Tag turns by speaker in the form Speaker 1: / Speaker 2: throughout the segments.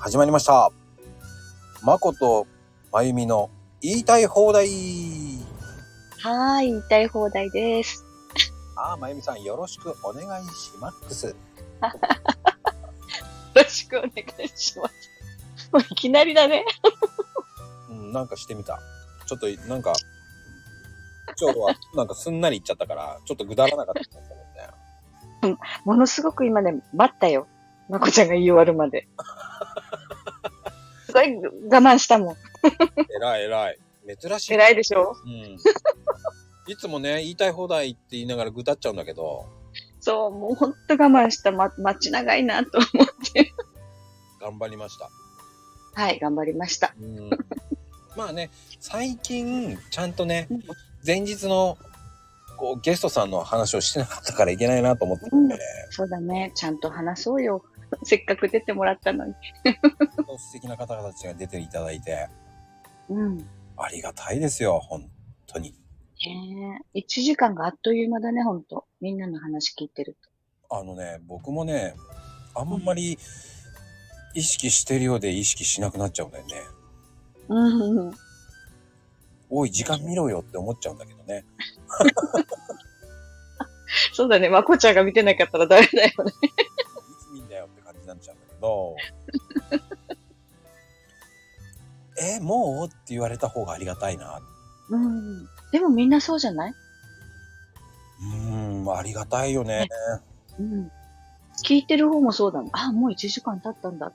Speaker 1: 始まりました。まことまゆみの言いたい放題。
Speaker 2: はーい、言いたい放題です。
Speaker 1: ああ、まゆみさんよろしくお願いします。
Speaker 2: よろしくお願いします。もういきなりだね。
Speaker 1: うん、なんかしてみた。ちょっと、なんか、今日はなんかすんなりいっちゃったから、ちょっとぐだらなかったんだけどね。
Speaker 2: ものすごく今ね、待ったよ。まこちゃんが言い終わるまで。 すごい我慢したもん。
Speaker 1: 偉い偉い。珍しい。
Speaker 2: 偉いでしょ
Speaker 1: うん。いつもね、言いたい放題って言いながらぐだっちゃうんだけど、
Speaker 2: そう、もうほんと我慢した。ま、待ち長いなと思って。
Speaker 1: 頑張りました。
Speaker 2: はい、頑張りました。
Speaker 1: うん。まあね、最近、ちゃんとね
Speaker 2: うん、
Speaker 1: 前日の、こう、ゲストさんの話をしてなかったからいけないなと思ってて、
Speaker 2: うんそうだね。ちゃんと話そうよ。 せっかく出てもらったのに。
Speaker 1: 素敵な方々たちが出ていただいて、
Speaker 2: うん。ね
Speaker 1: ありがたいですよ、本当に。
Speaker 2: え。1時間があっという間だね、ほんと。みんなの話聞いてると。
Speaker 1: あのね、僕もね、あんまり意識してるようで意識しなくなっちゃうんだよね。
Speaker 2: うんうん。
Speaker 1: おい、時間見ろよって思っちゃうんだけどね。
Speaker 2: そうだね。まこちゃんが見てなかったらダメだよ
Speaker 1: い
Speaker 2: ね。
Speaker 1: つ見んだよって感じになっちゃうんだけ ど。え、もうって言われた方がありがたいな。
Speaker 2: うん。でもみんなそうじゃないう
Speaker 1: ーん、ありがたいよね。
Speaker 2: うん。聞いてる方もそうだもん。あ、もう1時間経ったんだ。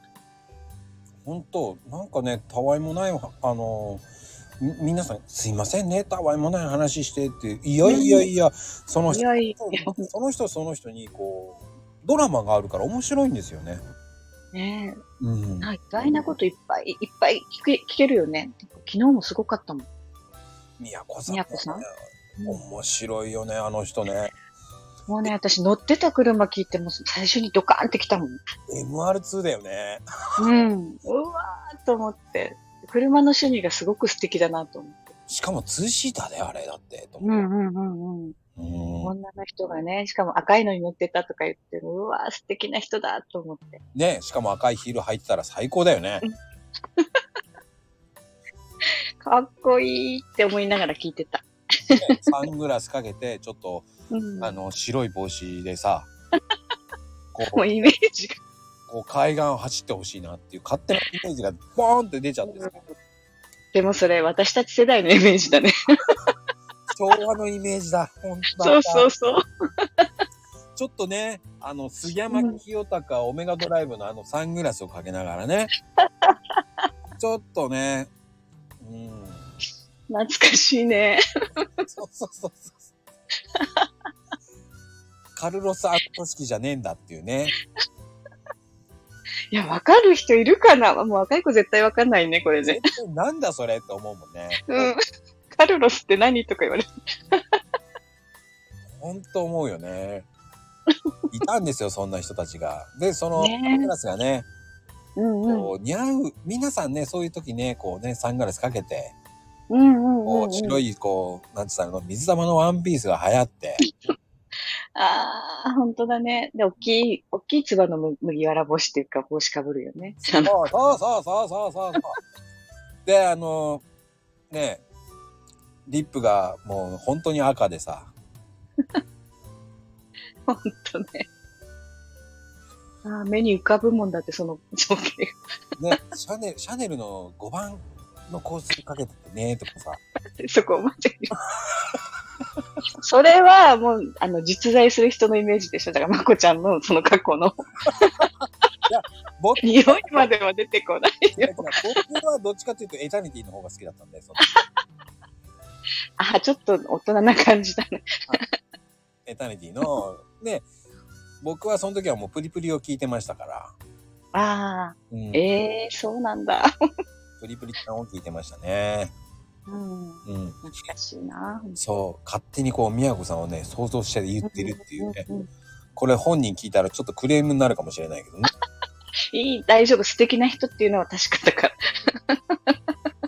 Speaker 1: 本当なんかね、たわいもない、あの、み皆さん、すいませんね、たわいもない話してって、いやいやいや、その
Speaker 2: い
Speaker 1: 人、
Speaker 2: やい
Speaker 1: その人その人に、こう、ドラマがあるから面白いんですよね。
Speaker 2: や、ね
Speaker 1: うん
Speaker 2: え、。な意外なこといっぱいいっぱい聞け聞けるよね。昨日もすごかったもん。
Speaker 1: 宮子さん。
Speaker 2: 宮子さん
Speaker 1: 面白いよね、あの人ね。
Speaker 2: もうね、私乗ってた車聞いても最初にドカーンってきたもん。
Speaker 1: MR2 だよね。
Speaker 2: うん。うわーと思って。車の趣味がすごく素敵だなと思って。
Speaker 1: しかもツーシーターだよ、あれだって。と
Speaker 2: う
Speaker 1: 思って
Speaker 2: んうんうんうん。
Speaker 1: うん
Speaker 2: 女の人がね、しかも赤いのに乗ってたとか言って、うわー素敵な人だと思って。
Speaker 1: ねしかも赤いヒール履いてたら最高だよ ね。
Speaker 2: かっこいいって思いながら聞いてた。
Speaker 1: ねサングラスかけて、ちょっと、
Speaker 2: うん。
Speaker 1: あの、白い帽子でさ、こう
Speaker 2: もうイメージが。
Speaker 1: こう海岸を走ってほしいなっていう勝手なイメージがボーンって出ちゃってさ、
Speaker 2: でもそれ私たち世代のイメージだね。
Speaker 1: 昭和のイメージだ、本当だ。
Speaker 2: そうそうそう。
Speaker 1: ちょっとね、あの、杉山清隆、オメガドライブのあのサングラスをかけながら ね、ちょっとね、うん、
Speaker 2: 懐かしいね。
Speaker 1: そうそうそうそう。カルロス・アット式じゃねえんだっていう ね。
Speaker 2: いや、わかる人いるかなもう若い子絶対わかんないね、これね。
Speaker 1: 絶対なんだそれって思うもんね。
Speaker 2: うん。カルロスって何とか言われる。
Speaker 1: ほんと思うよ ね。いたんですよ、そんな人たちが。で、その、
Speaker 2: ねえ
Speaker 1: サングラスがね、
Speaker 2: うん
Speaker 1: こう似合う皆さんねそういう時ねこうねサングラスかけて
Speaker 2: うん
Speaker 1: こう白いこうなんて言ったの水玉のワンピースが流行 って
Speaker 2: ああ、本当だね。で、大きい、大きいつばのむ麦わら帽子っていうか帽子かぶるよね。あの
Speaker 1: そうそうそうそうそうそうそうであのねリップがもう本当に赤でさ
Speaker 2: 本当ね。ああ、目に浮かぶもんだって、その情景
Speaker 1: ねシャネルシャネルの5番の香水かけててねとかさ
Speaker 2: が。 そこまで。それはもう、あの、実在する人のイメージでしょ。だから、まこちゃんのその過去 の
Speaker 1: 僕
Speaker 2: 匂いまでは出てこないよ。
Speaker 1: 僕はどっちかというとエタニティの方が好きだったんでその
Speaker 2: あ、ちょっと大人な感じだね。
Speaker 1: エタニティので僕はその時はもうプリプリを聞いてましたから。
Speaker 2: ああ、
Speaker 1: うん
Speaker 2: ええそうなんだ。
Speaker 1: プリプリちゃんを聞いてましたね。
Speaker 2: うん、
Speaker 1: うん。
Speaker 2: 懐かしいな。
Speaker 1: そう。勝手にこう、宮子さんをね、想像して言ってるっていうね。
Speaker 2: うんうん
Speaker 1: これ本人聞いたらちょっとクレームになるかもしれないけどね。
Speaker 2: いい、大丈夫、素敵な人っていうのは確かだか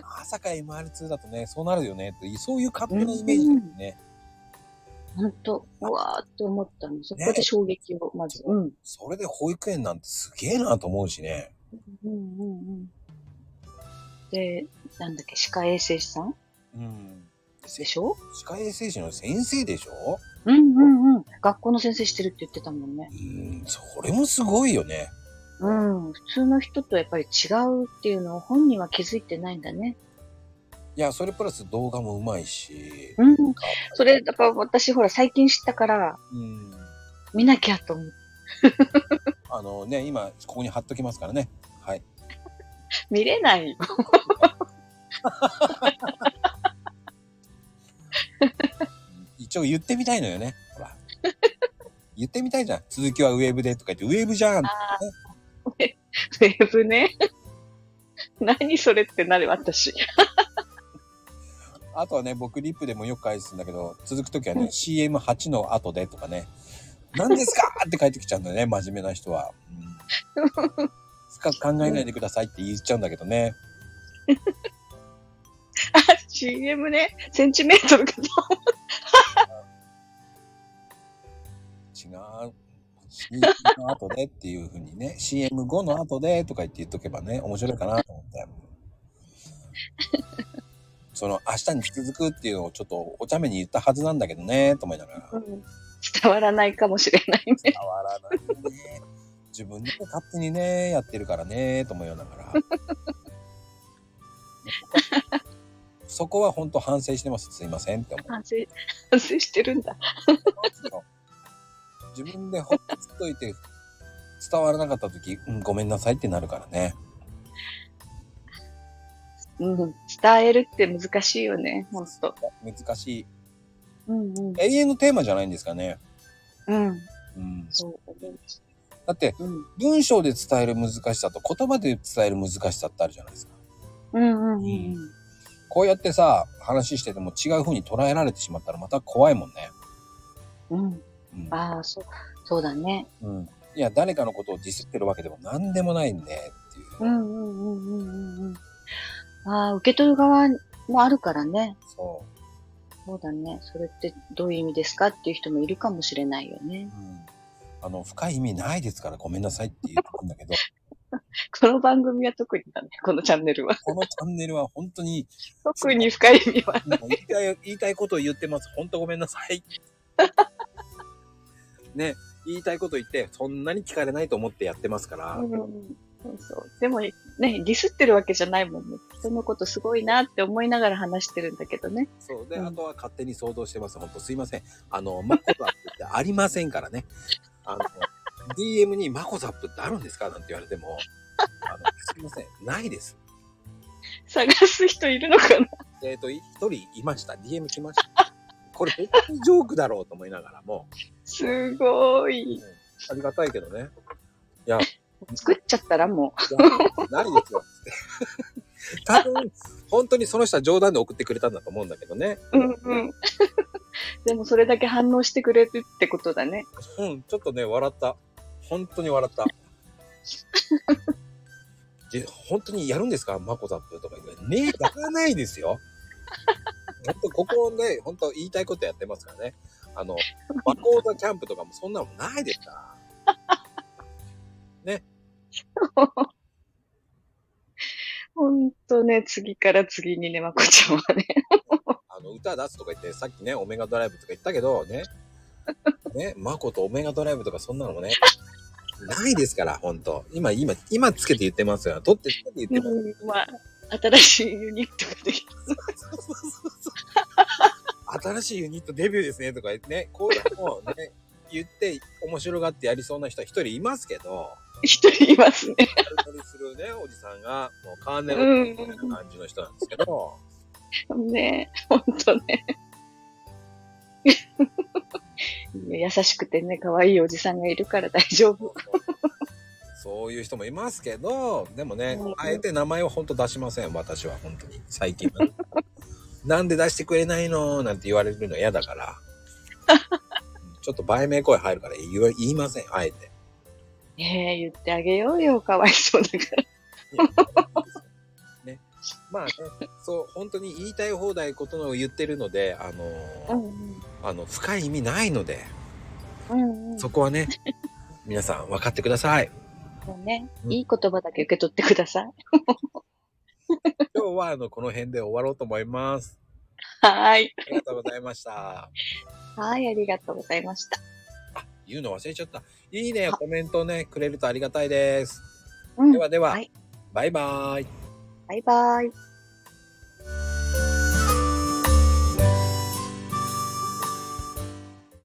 Speaker 2: ら。
Speaker 1: まさか MR2 だとね、そうなるよねって、そういう勝手なイメージだよね。
Speaker 2: 本当うわーって思ったの。そこで衝撃を、まず。うん。
Speaker 1: それで保育園なんてすげえなと思うしね。
Speaker 2: うんうんうん。で、なんだっけ、歯科衛生士さん
Speaker 1: うん。
Speaker 2: で
Speaker 1: せ
Speaker 2: しょ
Speaker 1: 歯科衛生士の先生でしょ
Speaker 2: うんうんうん。学校の先生してるって言ってたもんね
Speaker 1: う。ん、それもすごいよね。
Speaker 2: うん。普通の人とやっぱり違うっていうのを本人は気づいてないんだね。
Speaker 1: いや、それプラス動画もうまいし。
Speaker 2: うん。それ、だから私ほら最近知ったから、
Speaker 1: うん。
Speaker 2: 見なきゃと思って。
Speaker 1: あのね、今、ここに貼っときますからね。はい。
Speaker 2: 見れないよ。
Speaker 1: 一応言ってみたいのよね。ほら。 言ってみたいじゃん。続きはウェブでとか言って、ウェブじゃん。
Speaker 2: ウェブね。 何それってなる私。
Speaker 1: あとはね、僕リップでもよく返すんだけど、続くときはね、CM8 の後でとかね、何ですかって返ってきちゃうんだよね、真面目な人は。うん、深く考えないでくださいって言っちゃうんだけどね。
Speaker 2: あ、CM ね。センチメートルかと。
Speaker 1: 違う。CM の後でっていうふうにね、CM5 の後でとか言って言っとけばね、面白いかなと思って。 その明日に続くっていうのをちょっとお茶目に言ったはずなんだけどね、と思いなが ら。
Speaker 2: 伝わらないかもしれないね。
Speaker 1: 伝わらないね。自分で勝手にね、やってるからね、と思いながら。そこは本当反省してます。すいませんって思
Speaker 2: 反省、反省してるんだ。
Speaker 1: う。自分でほっといて伝わらなかった時、うん、ごめんなさいってなるからね。
Speaker 2: うん。伝えるって難しいよね。ほんと。
Speaker 1: 難しい。
Speaker 2: うんうん。
Speaker 1: 永遠のテーマじゃないんですかね。
Speaker 2: うん。
Speaker 1: うん、
Speaker 2: そう思う。
Speaker 1: だって
Speaker 2: うん。
Speaker 1: 文章で伝える難しさと言葉で伝える難しさってあるじゃないですか。
Speaker 2: うんうんうん。
Speaker 1: こうやってさ、話してても違う風に捉えられてしまったらまた怖いもんね。
Speaker 2: うん。
Speaker 1: うん
Speaker 2: ああ、そう、そうだね。
Speaker 1: うん、いや誰かのことをディスってるわけでも何でもないんでっていう、
Speaker 2: うんうんうんうんうんうん。ああ、受け取る側もあるからね。
Speaker 1: そ
Speaker 2: そうだね。それってどういう意味ですかっていう人もいるかもしれないよ
Speaker 1: う、う
Speaker 2: ね。
Speaker 1: ん、あの深い意味ないですからごめんなさいって言ってくんだけど
Speaker 2: この番組は特にだね。このチャンネ ルは。
Speaker 1: このチャンネルは本当に
Speaker 2: 特に深い意味は。
Speaker 1: もう言いたい言いたいことを言ってます本当ごめんなさ いね言いたいこと言ってそんなに聞かれないと思ってやってますから、
Speaker 2: うんそうそう。でもね、ディスってるわけじゃないもんね。人のことすごいなって思いながら話してるんだけどね。
Speaker 1: そうで、
Speaker 2: うん
Speaker 1: あとは勝手に想像してます本当すいませんあのマコザップってありませんからねあの DM にマコザップってあるんですかなんて言われてもあのすいませんないです
Speaker 2: 探す人いるのかな
Speaker 1: えっ、と、い一人いました。DM 来ました。これ絶対ジョークだろうと思いながらも、
Speaker 2: すごい。
Speaker 1: ありがたいけどね。
Speaker 2: 作っちゃったらも
Speaker 1: いやないですよ。 つって多分、本当にその人は冗談で送ってくれたんだと思うんだけどね。
Speaker 2: う。うんうん。 でもそれだけ反応してくれるってことだね。
Speaker 1: うん、ちょっとね、笑った。本当に笑った。で本当にやるんですかマコザップとか言って。ねえ、やらないですよ。本当、ここね、本当言いたいことやってますからね。あの、マコーザキャンプとかもそんなのないですから。
Speaker 2: ほんとね、次から次にね、まこちゃんはね。
Speaker 1: あの、歌出すとか言って、さっきね、オメガドライブとか言ったけど、ね。ね、マコとオメガドライブとかそんなのもね、ないですから、ほんと。今、今、今つけて言ってますよ。取ってつけて言ってます。
Speaker 2: うんまあ、新しいユニットができた。
Speaker 1: 新しいユニットデビューですね、とか言ってね、こういうのをね、言って、面白がってやりそうな人は一人いますけど、
Speaker 2: 一人いますね。
Speaker 1: やり取りするね、おじさんが、もうカーネルみたいな感じの人なんですけど、
Speaker 2: ねえ、ほんとね。優しくてね、可愛いおじさんがいるから大丈夫。
Speaker 1: そういう人もいますけど、でもね
Speaker 2: うん、
Speaker 1: あえて名前は本当出しません、私は本当に、最近は。 なんで出してくれないのなんて言われるの嫌だ から。ちょっと売名声入るから言わ言いません、あえて。
Speaker 2: ねえ、言ってあげようよ、かわいそうだから。
Speaker 1: ね、まあね、そう、本当に言いたい放題ことのを言ってるので、あのー
Speaker 2: うん
Speaker 1: あの、深い意味ないので、
Speaker 2: うんうん
Speaker 1: そこはね、皆さん分かってください。
Speaker 2: そうね。
Speaker 1: うん
Speaker 2: いい言葉だけ受け取ってください。
Speaker 1: 今日はあの、この辺で終わろうと思います。
Speaker 2: はーい。
Speaker 1: ありがとうございました。
Speaker 2: はい、ありがとうございました。
Speaker 1: 言うの忘れちゃった。いいね、コメントね、くれるとありがたいです。
Speaker 2: うん
Speaker 1: で。はでは、
Speaker 2: はい
Speaker 1: バイバーイ。
Speaker 2: バイバイ。